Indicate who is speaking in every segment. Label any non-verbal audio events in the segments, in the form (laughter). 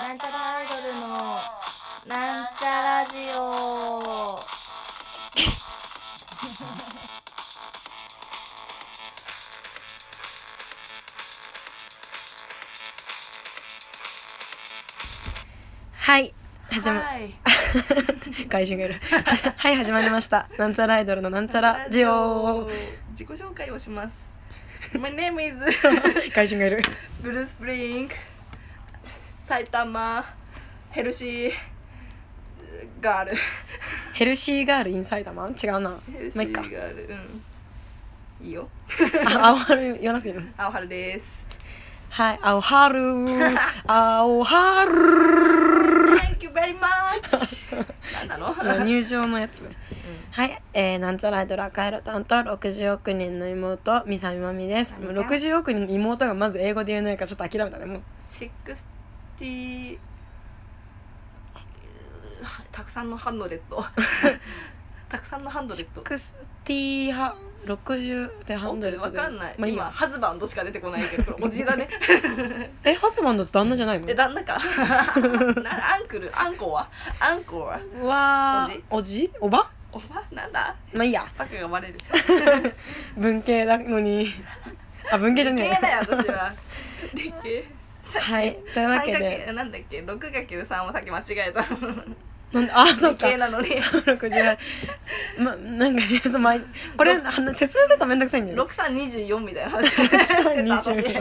Speaker 1: なんちゃらアイドルのなんちゃラジオ
Speaker 2: はい始ま、
Speaker 1: はい
Speaker 2: 外人がいる (laughs) はい始まり
Speaker 1: (laughs)
Speaker 2: ましたなんちゃらアイドルのなんちゃらジオ
Speaker 1: 自己紹介をします My name is (laughs)
Speaker 2: 外人がいる
Speaker 1: ブルースプリンク埼玉ヘルシーガール
Speaker 2: ヘルシーガールインサイダーマン違うなま
Speaker 1: ヘルシ
Speaker 2: あいっ
Speaker 1: ー
Speaker 2: か
Speaker 1: ガールうんいいよ
Speaker 2: あ青春言わなくていいの
Speaker 1: 青春です
Speaker 2: はい青春
Speaker 1: (laughs)
Speaker 2: 青春
Speaker 1: Thank you very much
Speaker 2: (laughs)
Speaker 1: なんなの
Speaker 2: 入場のやつねはい、えー、なんちゃらアイドル赤色担当60億人の妹三三まみです
Speaker 1: まみちゃん
Speaker 2: もう60億人の妹がまず英語で言えないからちょっと諦めたねもう
Speaker 1: 60たくさんのハンドレッ
Speaker 2: (laughs)
Speaker 1: トたくさんのハンドレット
Speaker 2: 60は60でハンドル
Speaker 1: わかんない、
Speaker 2: まあ、いい
Speaker 1: 今
Speaker 2: や
Speaker 1: ハズバンドしか出てこないけど
Speaker 2: (laughs)
Speaker 1: これおじだね
Speaker 2: えハスバンドって旦那じゃないの
Speaker 1: え旦那か (laughs) なアンクルアンコはアンコは
Speaker 2: うわーおじおば
Speaker 1: おばなんだ
Speaker 2: まあいいや
Speaker 1: バカがバレる
Speaker 2: 文系なのにあ文系じゃ
Speaker 1: 理
Speaker 2: ね
Speaker 1: 系だよ私
Speaker 2: (laughs)
Speaker 1: は理系
Speaker 2: えはいというわけ
Speaker 1: 三
Speaker 2: で
Speaker 1: 角なんだっけ六掛ける三をさっき間違えた
Speaker 2: なんであ
Speaker 1: 理
Speaker 2: そうか
Speaker 1: 系なのに
Speaker 2: 360まなんかねそのまあこれあの説明するとめんどくさいんだよね
Speaker 1: 六三二十四みたいな話をしてた私理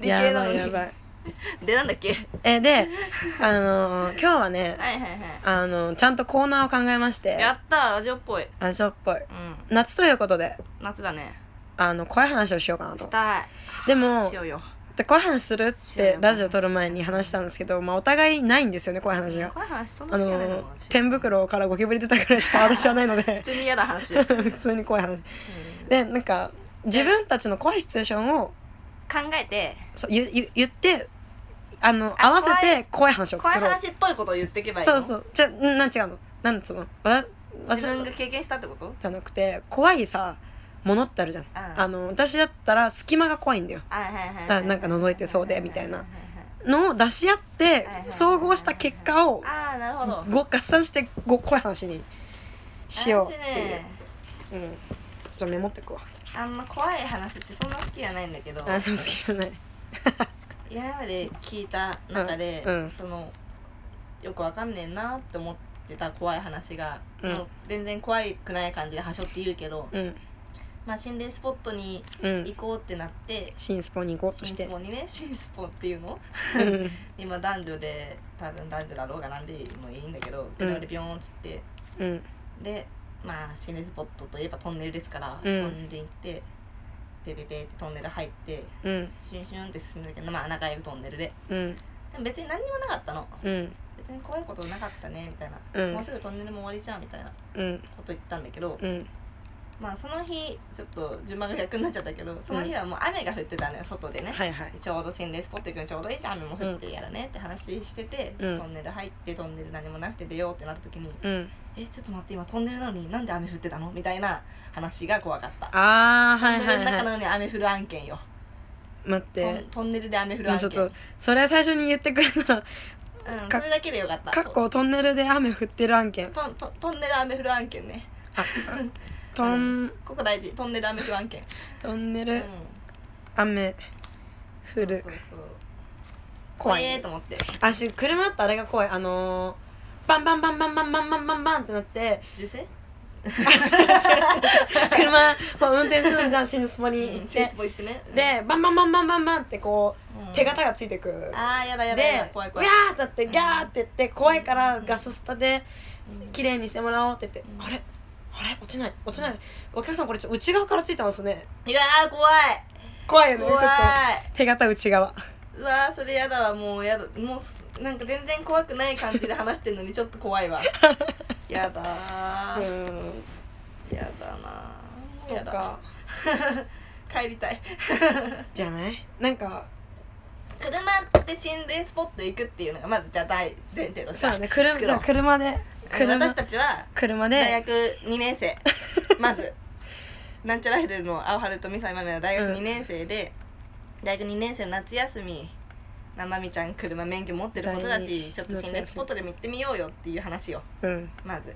Speaker 1: 系
Speaker 2: や
Speaker 1: な
Speaker 2: ば
Speaker 1: の
Speaker 2: いや
Speaker 1: に
Speaker 2: ばい
Speaker 1: でなんだっけ
Speaker 2: えであのー今日はね
Speaker 1: はいはいは
Speaker 2: あのちゃんとコーナーを考えまし
Speaker 1: いや
Speaker 2: て
Speaker 1: ったーラジオっぽい
Speaker 2: ラジオっぽい
Speaker 1: うん
Speaker 2: 夏ということで
Speaker 1: 夏だね
Speaker 2: あの怖い話をしようかなと
Speaker 1: した
Speaker 2: で
Speaker 1: い
Speaker 2: も
Speaker 1: しようよ
Speaker 2: で怖い話するっ
Speaker 1: しよう
Speaker 2: て
Speaker 1: よ
Speaker 2: ラジオ撮る前に話したんですけど、まあ、お互いないんですよね怖い話が
Speaker 1: この話そんな
Speaker 2: あ
Speaker 1: 好きじゃないの
Speaker 2: の
Speaker 1: 私
Speaker 2: 天袋からゴキブリ出たくらいしか私はないの
Speaker 1: (laughs)
Speaker 2: で
Speaker 1: 普通に嫌な話うん考
Speaker 2: 普通に怖い話でなんか自分たちの怖いシチュエーションを
Speaker 1: えて
Speaker 2: そうゆゆ言ってあの
Speaker 1: あ
Speaker 2: 合わせ
Speaker 1: 怖
Speaker 2: て怖い話を
Speaker 1: 怖い
Speaker 2: 作ろう
Speaker 1: 話っぽいことを言っていけばいい
Speaker 2: そ
Speaker 1: の
Speaker 2: うそうじゃんなん違うのなんつうのわわ
Speaker 1: 自分が経験したってこと
Speaker 2: じゃなくて怖いさものってあるじゃん、
Speaker 1: ん
Speaker 2: あの私だったら隙間が怖いんだよ
Speaker 1: はいはいはい
Speaker 2: あなんか覗いてそうでみたいなのを出し合って総合した結果を
Speaker 1: ああーなるほど
Speaker 2: ご合算してご怖い話にしようって
Speaker 1: 私
Speaker 2: いう
Speaker 1: ね、
Speaker 2: うん、ちょっとメモってくわ
Speaker 1: あんま怖い話ってそんな好きじゃないんだけど
Speaker 2: あでも好きじゃない
Speaker 1: 今まで聞いた中で、
Speaker 2: うんうん
Speaker 1: そのよくわかんねえなって思ってた怖い話が、
Speaker 2: うん
Speaker 1: もう全然怖いくない感じではしょって言うけど、
Speaker 2: うん
Speaker 1: まあ、心霊スポットに
Speaker 2: うん
Speaker 1: 行こうってなって、
Speaker 2: 新スポに行こうとし
Speaker 1: 新
Speaker 2: て
Speaker 1: スポにね (laughs) 新スポっていうの
Speaker 2: うん
Speaker 1: 今男女で多分男女だろうがなんでもいいんだけど車でビョーンっつって、
Speaker 2: うん
Speaker 1: でまあ心霊スポットといえばトンネルですから、
Speaker 2: うん
Speaker 1: トンネル行ってベベベってトンネル入って
Speaker 2: うん
Speaker 1: シュンシュンって進んだけどまあ長いトンネルで
Speaker 2: うん
Speaker 1: でも別に何にもなかったの
Speaker 2: うん
Speaker 1: 別に怖いことなかったねみたいな、
Speaker 2: うん
Speaker 1: もうすぐトンネルも終わりじゃんみたいなこ
Speaker 2: うん
Speaker 1: と言ったんだけど、
Speaker 2: うん
Speaker 1: まあその日ちょっと順番が逆になっちゃったけどその日はもう雨が降ってたのよ外でね、
Speaker 2: はいはい
Speaker 1: ちょうど心霊スポット行くのちょうどいいじゃん雨も降ってやらねって話してて、
Speaker 2: うん
Speaker 1: トンネル入ってトンネル何もなくて出ようってなった時に
Speaker 2: うん
Speaker 1: 「えちょっと待って今トンネルなのになんで雨降ってたの?」みたいな話が怖かった、
Speaker 2: ああはい
Speaker 1: トンネルの
Speaker 2: はい
Speaker 1: 中
Speaker 2: は
Speaker 1: なのに雨降る案件よ
Speaker 2: い待っ
Speaker 1: ト
Speaker 2: て
Speaker 1: ントンネルで雨降る
Speaker 2: もう
Speaker 1: 案
Speaker 2: ちょ
Speaker 1: 件
Speaker 2: っとそれ最初に言ってくれたら
Speaker 1: うん、
Speaker 2: か
Speaker 1: それだけでよかった
Speaker 2: かっこトンネルで雨降ってる案件
Speaker 1: トントントンネル雨降る案件ね
Speaker 2: あトン
Speaker 1: ここ大事トンネル雨降る案件
Speaker 2: トンネ
Speaker 1: うん
Speaker 2: ル雨降
Speaker 1: そ
Speaker 2: る
Speaker 1: うそうそう
Speaker 2: 怖
Speaker 1: 怖
Speaker 2: い
Speaker 1: い
Speaker 2: ね
Speaker 1: と思って
Speaker 2: あし車だったらあれが怖いあのー、バンバンバンバンバンバンバンバンバンってなって
Speaker 1: 銃声
Speaker 2: 車こう運転するんだ新スポに行
Speaker 1: うん
Speaker 2: っ
Speaker 1: シー
Speaker 2: て
Speaker 1: ツ、ボ行ってね、うん、
Speaker 2: でバンバンバンバンバンバンってこう、
Speaker 1: うん
Speaker 2: 手形がついてくる
Speaker 1: ああやだやだ
Speaker 2: で
Speaker 1: やだ怖い怖い
Speaker 2: ギャーってなってギャーって言って怖いからガススタで綺麗にしてもらおうって言って、
Speaker 1: うん
Speaker 2: あれあれ落ちない落ちないお客さんこれちょっと内側からついてますね
Speaker 1: いやー怖い
Speaker 2: 怖いよねちょ
Speaker 1: 怖
Speaker 2: っ
Speaker 1: い
Speaker 2: と手形内側
Speaker 1: うわーそれやだわもうやだもうすなんか全然怖くない感じで話してんのにちょっと怖い
Speaker 2: (laughs)
Speaker 1: わやだ
Speaker 2: う
Speaker 1: ー、
Speaker 2: ん
Speaker 1: やだなー
Speaker 2: と
Speaker 1: やだ
Speaker 2: か
Speaker 1: 帰りたい
Speaker 2: じゃないなんか
Speaker 1: 車で心霊スポット行くっていうのがまずじゃあ大前提として
Speaker 2: そうだね車
Speaker 1: 作ろう
Speaker 2: 車で
Speaker 1: うん
Speaker 2: 車
Speaker 1: 私たちは
Speaker 2: 車
Speaker 1: 大
Speaker 2: で
Speaker 1: 学2年 (laughs) 生まずなんちゃらアイドルの青春とミサイマメは大学2年生で、大学2年生の夏休みなまみちゃん車免許持ってることだ
Speaker 2: 第二
Speaker 1: しちょっと心霊スポットでも行ってみようよっていう話よ
Speaker 2: うん
Speaker 1: まず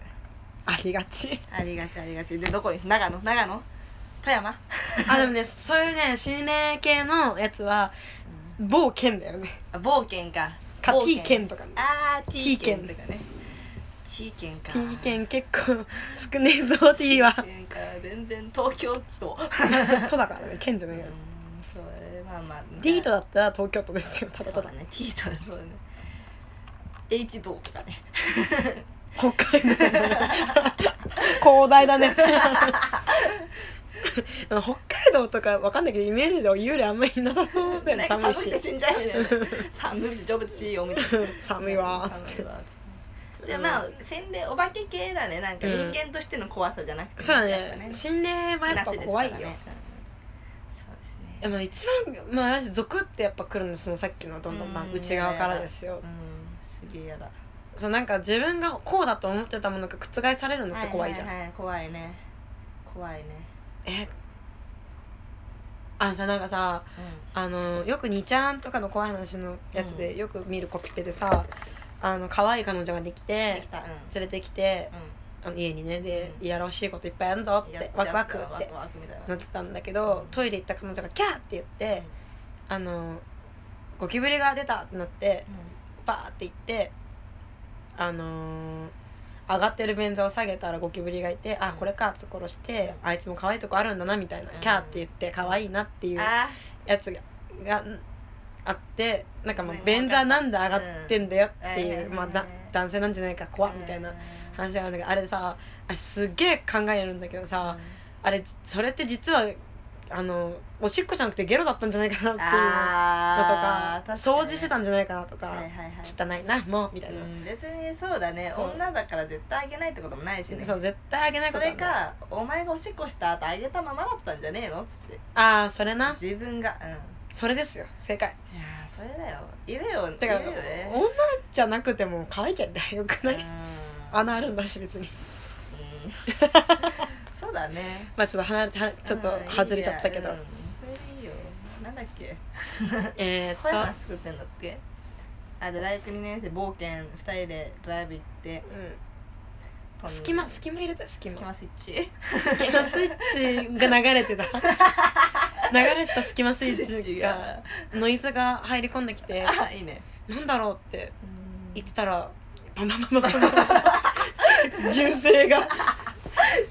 Speaker 2: ありがち
Speaker 1: ありがちありがちでどこに長野長野富山
Speaker 2: あでもねそういうね心霊系のやつは某県だよね
Speaker 1: あ冒険か
Speaker 2: か
Speaker 1: 冒
Speaker 2: T 県とかね
Speaker 1: あー T
Speaker 2: T
Speaker 1: 県
Speaker 2: 県
Speaker 1: とかね T 県か
Speaker 2: T 県結構少ねえぞ T は
Speaker 1: T 県か全然東京都
Speaker 2: 都だからね県じゃ
Speaker 1: う
Speaker 2: ない
Speaker 1: ん
Speaker 2: よ
Speaker 1: それまあまあ
Speaker 2: D とだったら東京都ですよただ
Speaker 1: そ
Speaker 2: た
Speaker 1: う
Speaker 2: だ
Speaker 1: だね T とそうだね H 道とかね
Speaker 2: 北海道 (laughs) 広大だね
Speaker 1: (laughs)
Speaker 2: 北海道とかわかんないけどイメージで幽霊あんまりいなさそうだよね
Speaker 1: なんか
Speaker 2: 寒
Speaker 1: 寒
Speaker 2: い
Speaker 1: く
Speaker 2: して
Speaker 1: 死んじゃうみたいな
Speaker 2: (laughs)
Speaker 1: ね寒くて成仏しようみたいな
Speaker 2: 寒いわーっつっ
Speaker 1: 寒
Speaker 2: て
Speaker 1: いわーっつってでまあ洗礼お化け系だねなんか人間としての怖さじゃなくて、
Speaker 2: そうだ
Speaker 1: やっぱ
Speaker 2: ね心霊はやっぱ
Speaker 1: 夏ですか
Speaker 2: 怖
Speaker 1: ら
Speaker 2: い
Speaker 1: ね
Speaker 2: よ、
Speaker 1: うんそうですね
Speaker 2: でも一番まあ私ゾクってやっぱ来るのそのさっきのどんどんまあ
Speaker 1: うん
Speaker 2: 内側からですよ
Speaker 1: うんすげえ嫌だ
Speaker 2: そうなんか自分がこうだと思ってたものが覆されるのって怖いじゃん、
Speaker 1: はははい怖いね怖いね
Speaker 2: えあさなんかさあのよく2ちゃんとかの怖い話のやつで、よく見るコピペでさあの可愛い彼女ができ
Speaker 1: うんで
Speaker 2: て
Speaker 1: きたうん
Speaker 2: 連れてきて
Speaker 1: う
Speaker 2: あの家にねで、
Speaker 1: う
Speaker 2: いやらしいこといっぱいやる
Speaker 1: ん
Speaker 2: ぞっ
Speaker 1: やっち
Speaker 2: て
Speaker 1: ゃう
Speaker 2: ワクワク
Speaker 1: ワ
Speaker 2: っ
Speaker 1: ク
Speaker 2: て
Speaker 1: ワクみたいな
Speaker 2: なってたんだけど、
Speaker 1: うん
Speaker 2: トイレ行った彼女が「キャー!」って言って、あのゴキブリが出たってなってバーって行ってあのー上がってる便座を下げたらゴキブリがいて「あこれか」って殺して「あいつも可愛いとこあるんだな」みたいな
Speaker 1: うん
Speaker 2: 「キャー」って言って可愛いなっていう
Speaker 1: うん
Speaker 2: や
Speaker 1: あ
Speaker 2: つががんあってなんかもう
Speaker 1: うん
Speaker 2: 便座なんで上がってんだよってい
Speaker 1: うん
Speaker 2: う、まあ、だ男性なんじゃないから怖っみたいな話があるんだけどあれさあすっげえ考えるんだけどさ、
Speaker 1: あ
Speaker 2: あれそれって実はあのおしっこじゃなくてゲロだったんじゃないかなっていうのとか
Speaker 1: あー確かに
Speaker 2: 掃除してたんじゃないかなとか、
Speaker 1: はいはいはい
Speaker 2: 汚いなもうみたいな、
Speaker 1: うん別にそうだね
Speaker 2: そう
Speaker 1: 女だから絶対あげないってこともないしね
Speaker 2: そう絶対あげないこ
Speaker 1: そ
Speaker 2: とは
Speaker 1: れ
Speaker 2: ない
Speaker 1: かお前がおしっこした後あげたままだったんじゃねえのっつって
Speaker 2: ああそれな
Speaker 1: 自分がうんい
Speaker 2: それですよ正解
Speaker 1: やーそれだよいるよい
Speaker 2: て
Speaker 1: る
Speaker 2: か
Speaker 1: よね
Speaker 2: 女じゃなくても可愛いじゃん (laughs) よくない、 (laughs)
Speaker 1: うん
Speaker 2: 穴あるんだし別に
Speaker 1: うんそうだね
Speaker 2: まあちょっと離れてはちょっと
Speaker 1: うん
Speaker 2: 外れちゃったけど、
Speaker 1: いいやうんそれでいいよなんだっけ
Speaker 2: えー
Speaker 1: 小山
Speaker 2: っ
Speaker 1: 作ってんだっけあで大学2年生冒険2人でライブ行って
Speaker 2: と、うん、隙間隙間入れた隙
Speaker 1: 隙
Speaker 2: 間
Speaker 1: 間スイッチ
Speaker 2: 隙間スイッチが流れてた流れてた隙間スイッチがノイズが入り込んできて
Speaker 1: あいいね
Speaker 2: なんだろうって
Speaker 1: うん
Speaker 2: 言ってたらバンバンバンバンバンバン銃声がだか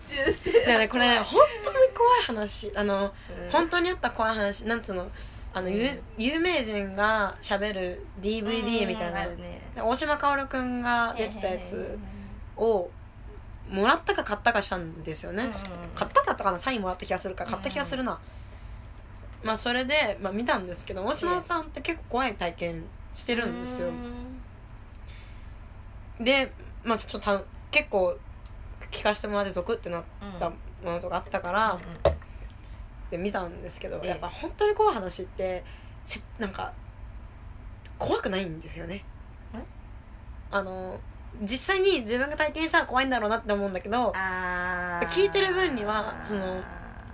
Speaker 1: 中世
Speaker 2: らねこれ本当に怖い話あの
Speaker 1: うん
Speaker 2: 本当にあった怖い話なんつうのあの、ゆ
Speaker 1: うん
Speaker 2: 有名人がしゃべる DVD みたい
Speaker 1: うんあ
Speaker 2: な、
Speaker 1: るね
Speaker 2: 大島かおるくんが出てたやつをもらったか買ったかしたんですよね、
Speaker 1: うんうん
Speaker 2: 買ったんだったかなサインもらった気がするから買った気がするな、まあそれで、まあ、見たんですけど大島さんって結構怖い体験してるんですよ、
Speaker 1: うん
Speaker 2: で、まあ、ちょっとた結構聞かせてもらってゾクってなったものとかあったから、で見たんですけど、
Speaker 1: ええ
Speaker 2: やっぱ本当に怖い話ってせなんか怖くないんですよね
Speaker 1: え。
Speaker 2: あの実際に自分が体験したら怖いんだろうなって思うんだけど
Speaker 1: あー
Speaker 2: 聞いてる分にはその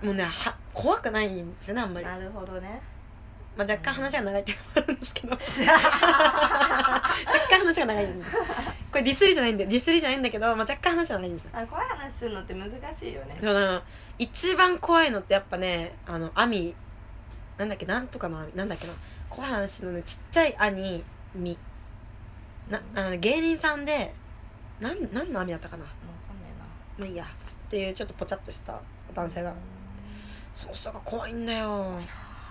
Speaker 2: もうねは怖くないんですよねあんまり、ま
Speaker 1: なるほど
Speaker 2: (laughs)
Speaker 1: ね
Speaker 2: あ、若干話が長いっていうのもあるんですけど (laughs) 若干話が長いんですこれディスりじゃないんでディスりじゃないんだけど、まあ、若干話が長いんですよ
Speaker 1: あ怖い話するのって難しいよね
Speaker 2: そうだな一番怖いのってやっぱねあのアミなんだっけなんとかのアミなんだっけな怖い話のねちっちゃいアニミなあの芸人さんでなんなんのアミだったかな
Speaker 1: わかんないな
Speaker 2: まあいいやっていうちょっとぽちゃっとした男性がそうしたら怖いんだよ
Speaker 1: あ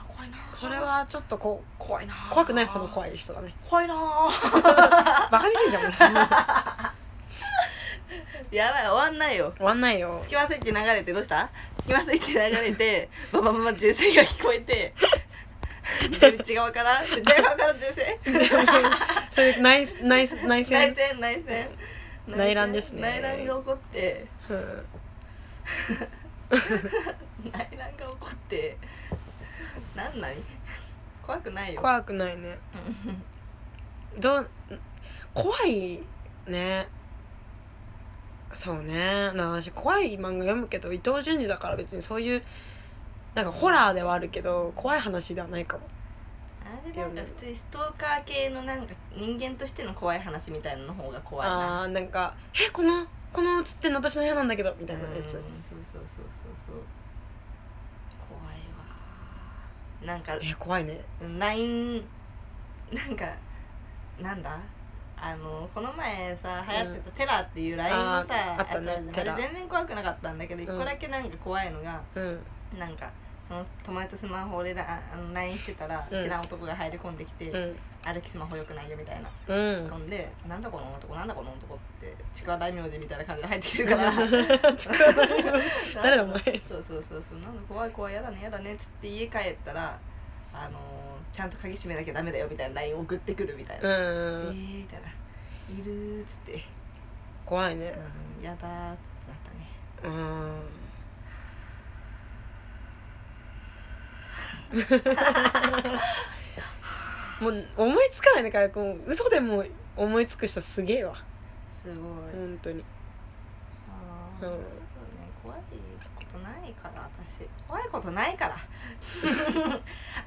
Speaker 1: 怖いな
Speaker 2: それはちょっとこう
Speaker 1: 怖いな
Speaker 2: 怖くないほど怖
Speaker 1: い
Speaker 2: い人だね
Speaker 1: 怖いな
Speaker 2: バカにしてんじゃんもう
Speaker 1: やばい終わんないよ
Speaker 2: 終わんないよ (laughs)
Speaker 1: 隙間スイッチ流れてどうした隙間スイッチ流れてババババ銃声が聞こえてで内側から内側から銃声
Speaker 2: それ内内内
Speaker 1: 内
Speaker 2: 戦
Speaker 1: 戦内戦
Speaker 2: 内乱ですね
Speaker 1: 内乱が起こって
Speaker 2: うん
Speaker 1: 内乱が起こってなんない怖くないよ
Speaker 2: 怖くないねどう怖いねそうねだから私怖い漫画読むけど伊藤潤二だから別にそういうなんかホラーではあるけど怖い話ではないかも
Speaker 1: あれなんか普通にストーカー系のなんか人間としての怖い話みたいなの方が怖いな
Speaker 2: あーなんか「えこのこの写ってんの私の部屋なんだけど」みたいなや
Speaker 1: うん
Speaker 2: つ
Speaker 1: そうそうそうそうそう怖いわなんか
Speaker 2: え怖いね
Speaker 1: ナインなんかなんだあのこの前さ流行ってたテラっていう LINE のさ、
Speaker 2: あーあったね
Speaker 1: やつ
Speaker 2: テ
Speaker 1: あ
Speaker 2: ラ
Speaker 1: れ全然怖くなかったんだけど一
Speaker 2: うん
Speaker 1: 個だけなんか怖いのが、
Speaker 2: うん
Speaker 1: なんかその友達とスマホでラあの LINE してたら、
Speaker 2: うん
Speaker 1: 知らん男が入り込んできて、
Speaker 2: うん
Speaker 1: 歩きスマホよくないよみたいな
Speaker 2: うん
Speaker 1: 込んで、なんだこの男なんだこの男ってちくわ大名字みたいな感じで入ってきてるから
Speaker 2: (laughs) ちくわ大名誰だお前
Speaker 1: そうそうそうそうなんだ怖い怖いやだねやだねっつって家帰ったらあのーちゃんと鍵閉めなきゃダメだよみたいな LINE 送ってくるみたいな、
Speaker 2: うん、
Speaker 1: えーみたいないるーっつって、
Speaker 2: 怖いね
Speaker 1: うん、やだーっつってなったね
Speaker 2: うんもう思いつかないねかこう嘘でも思いつく人すげえわ
Speaker 1: すごい、
Speaker 2: 本当に
Speaker 1: ああ
Speaker 2: うん
Speaker 1: そうね怖いことないから私怖いことない
Speaker 2: (laughs)
Speaker 1: から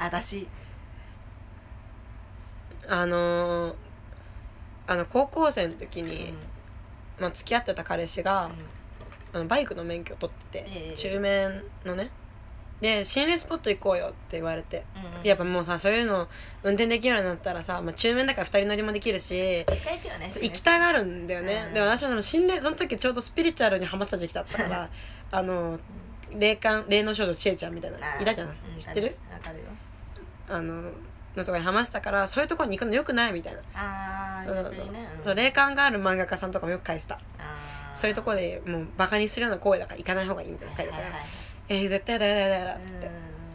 Speaker 1: 私
Speaker 2: あのーあの高校生の時
Speaker 1: うん
Speaker 2: に、まあ、付き合ってた彼氏が、あのバイクの免許取ってて、
Speaker 1: ええ
Speaker 2: 中免のねで心霊スポット行こうよって言われて
Speaker 1: うん
Speaker 2: やっぱもうさそういうの運転できるようになったらさ、まあ、中免だから2人乗りもできる
Speaker 1: 行
Speaker 2: し
Speaker 1: きたいけどね
Speaker 2: そう行きたがるんだよね、
Speaker 1: うん
Speaker 2: でも私はその心霊その時ちょうどスピリチュアルにハマってた時期だったからあの霊感霊能少女ちえちゃんみたいな
Speaker 1: あー
Speaker 2: いたじゃん、
Speaker 1: う
Speaker 2: 知ってる
Speaker 1: わかるよ
Speaker 2: あののとかにハマってたからそういうところに行くのよくないみたいな、
Speaker 1: ああ
Speaker 2: そうそう
Speaker 1: 逆にね
Speaker 2: そう霊感がある漫画家さんとかもよく書いてたそういうとこ
Speaker 1: ろ
Speaker 2: ろでもうバカにするような行為だから行かない方がいいみたいな書いてたから、えー、絶対やだやだやだやだっつって、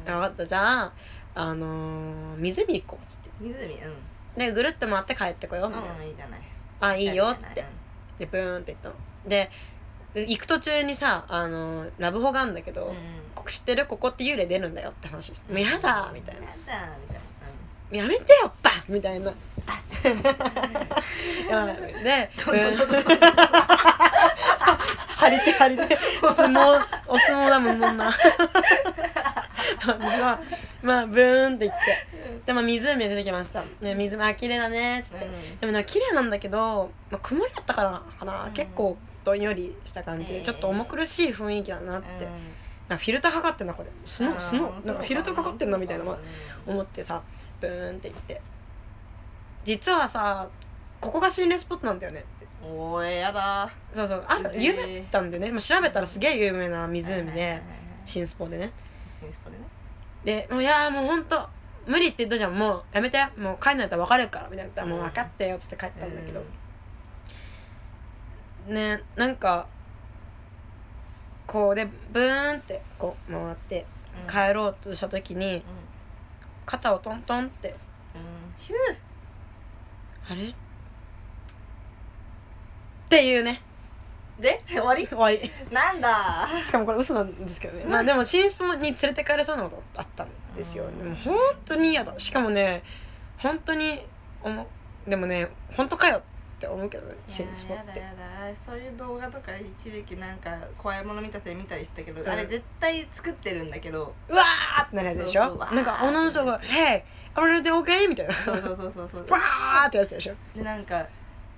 Speaker 2: 分かったじゃああのー湖行こうっつって
Speaker 1: 湖うん
Speaker 2: でぐるっと回って帰ってこようみたいな、
Speaker 1: うんいいじゃない
Speaker 2: あいいよって
Speaker 1: うん
Speaker 2: でブーンって行ったのでで行く途中にさ、あのーラブホがあるんだけど、
Speaker 1: うん
Speaker 2: こ知ってるここって幽霊出るんだよって話して「もうやだ」みたいな
Speaker 1: やだみたいな
Speaker 2: 「やめてよバン!」みたいな。で、 (laughs) うん張り手張り手相撲お相撲だもんもんな (laughs) まあまあブーンって行ってで、まあ、湖に出てきましたで湖あ綺麗だねっつって、
Speaker 1: うん
Speaker 2: でもなんか綺麗なんだけど、まあ、曇りだったからかな、
Speaker 1: うん
Speaker 2: 結構どんよりした感じで、
Speaker 1: ええ
Speaker 2: ちょっと重苦しい雰囲気だなって、
Speaker 1: うん
Speaker 2: なんかフィルターかかってんなこれスノ
Speaker 1: あ
Speaker 2: ー
Speaker 1: ー
Speaker 2: スノー
Speaker 1: そ
Speaker 2: な
Speaker 1: うん
Speaker 2: かフィルターかかってんなみたいな
Speaker 1: そうかうん
Speaker 2: 思ってさブーンって行って実はさここが心霊スポットなんだよねって
Speaker 1: おーやだ
Speaker 2: そうそうあ
Speaker 1: えー
Speaker 2: 有名だったんでね、まあ、調べたらすげえ有名な湖
Speaker 1: はいはいはいはい
Speaker 2: で新スポでね
Speaker 1: シンスポでね
Speaker 2: でもういやーもうほんと無理って言ったじゃんもうやめてもう帰んないと別れるからみたいな言ったらもう分かったよっつって帰ったんだけど、ねなんかこうでブーンってこう回って
Speaker 1: うん
Speaker 2: 帰ろうとした時に
Speaker 1: うん
Speaker 2: 肩をトントンって
Speaker 1: うんヒュー
Speaker 2: あれっていうね
Speaker 1: で (laughs) 終わり
Speaker 2: 終わり
Speaker 1: なんだ
Speaker 2: (laughs) しかもこれ嘘なんですけどねまあでも新スポに連れてかれそうなことあったんですよでも本当に嫌だしかもね本当に思うでもね本当かよって思うけどね新スポっ
Speaker 1: いや
Speaker 2: て
Speaker 1: やだやだそういう動画とか一時期なんか怖いもの見たせ見たりしたけど、
Speaker 2: うん
Speaker 1: あれ絶対作ってるんだけど
Speaker 2: うわーってなるやつでし
Speaker 1: そうそ
Speaker 2: ょ
Speaker 1: うわー
Speaker 2: なんか女の人が「Hey! あれで OK? みたいな
Speaker 1: そうそうそうそうそう
Speaker 2: わーってやつでしょ
Speaker 1: でなんか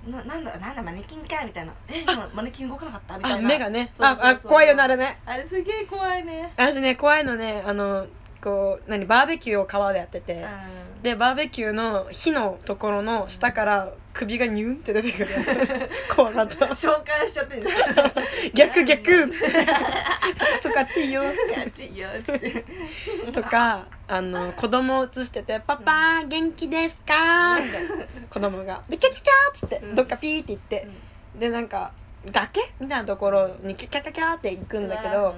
Speaker 1: ななんだなんだマネキンかみたいな
Speaker 2: (laughs)
Speaker 1: え今マネキン動かなかったみた
Speaker 2: あ
Speaker 1: いな
Speaker 2: 目がね
Speaker 1: そうそう
Speaker 2: あ
Speaker 1: そう
Speaker 2: あ怖いよねあれね
Speaker 1: あれすげえ怖いね
Speaker 2: 私ね怖いのねあのこう何バーベキューを川でやってて、
Speaker 1: うん
Speaker 2: でバーベキューの火のところの下から首がニュンって出てくるや
Speaker 1: (laughs)
Speaker 2: つ怖かった
Speaker 1: 召喚しちゃってんじゃん
Speaker 2: 逆逆
Speaker 1: (laughs)
Speaker 2: とかって言おう
Speaker 1: やっちいいよっつって
Speaker 2: とかあの子供を映してて「パパ元気ですか?」みたい (laughs) な子供が「でキャキャキャ」っつって
Speaker 1: うん
Speaker 2: どっかピーって行ってでなんか崖みたいなところにキャキャキャキャって行くんだけど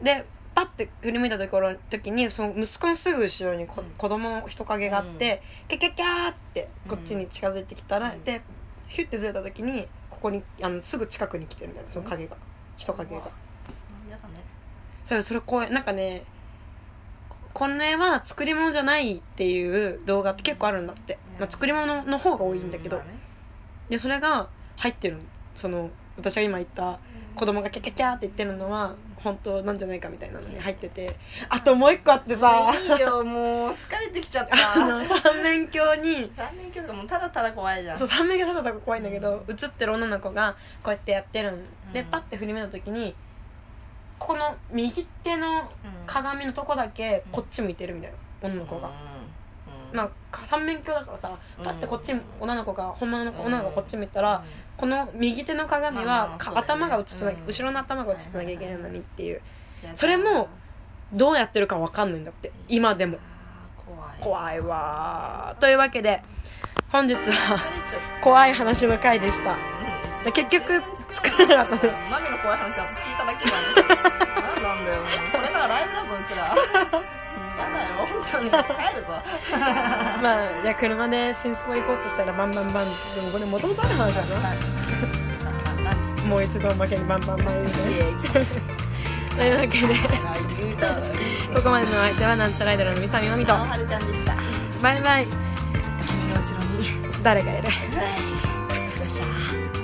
Speaker 2: でパッて振り向いたところ時にその息子のすぐ後ろに
Speaker 1: う
Speaker 2: こ
Speaker 1: ん
Speaker 2: 子供の人影があって、キャキャキャーってこっちに近づいてきたら、
Speaker 1: うん
Speaker 2: でヒュッてずれた時にここにあのすぐ近くに来てるみたいなその影が人影
Speaker 1: う
Speaker 2: が
Speaker 1: わやだね
Speaker 2: それそれ怖いなんかねこれは作り物じゃないっていう動画って結構あるんだって、
Speaker 1: うん
Speaker 2: まあ、作り物の方が多いんだけど、
Speaker 1: うまあね
Speaker 2: でそれが入ってるのその私が今言った子供がキャキャキャーって言ってるのは本当なんじゃないかみたいなのに入っててあともう一個あってさ
Speaker 1: いいよもう疲れてきちゃった
Speaker 2: (laughs) あの三面鏡に
Speaker 1: 三面鏡がもうただただ怖いじゃん
Speaker 2: そう三面鏡だったら怖いんだけど、映ってる女の子がこうやってやってるの、
Speaker 1: う
Speaker 2: で
Speaker 1: ん
Speaker 2: パッて振り向いた時にここの右手の
Speaker 1: うん
Speaker 2: 鏡のとこだけ
Speaker 1: うん
Speaker 2: こっち向いてるみたいな女の子が、
Speaker 1: うんうん
Speaker 2: まあか三面鏡だからさパッてこっち女の子が本物の子女の子がこっち向いたら、この右手の鏡
Speaker 1: まあま
Speaker 2: は
Speaker 1: あ
Speaker 2: か
Speaker 1: そうだよね
Speaker 2: 頭が映ってな
Speaker 1: う
Speaker 2: い
Speaker 1: ん
Speaker 2: 後ろの頭が映ってなきゃいけないのにっていう
Speaker 1: うん
Speaker 2: それもどうやってるかわかんないんだって今でも
Speaker 1: あー怖い
Speaker 2: 怖いわーというわけで本日は (laughs)
Speaker 1: 疲れちゃった
Speaker 2: 怖い話の回でした (laughs)
Speaker 1: うん
Speaker 2: 結局
Speaker 1: 全然
Speaker 2: 疲れなかったね
Speaker 1: マミの怖い話私聞いただけなんですよなんなんだよもうこれからライブだぞうち
Speaker 2: (laughs)
Speaker 1: らやだよ本当に帰るぞ
Speaker 2: まあいや車で新スポ行こうとしたらバンバンバンでもこれもともとある話だね
Speaker 1: (laughs)
Speaker 2: もう一度おまけにバンバンバン言うね (laughs) というわけで (laughs) ここまでのお相手はなんちゃらアイドルのみさみまみと
Speaker 1: あはるちゃんでした
Speaker 2: バイバイ
Speaker 1: 君の後ろに
Speaker 2: 誰がい
Speaker 1: はい
Speaker 2: る
Speaker 1: お疲れ様でした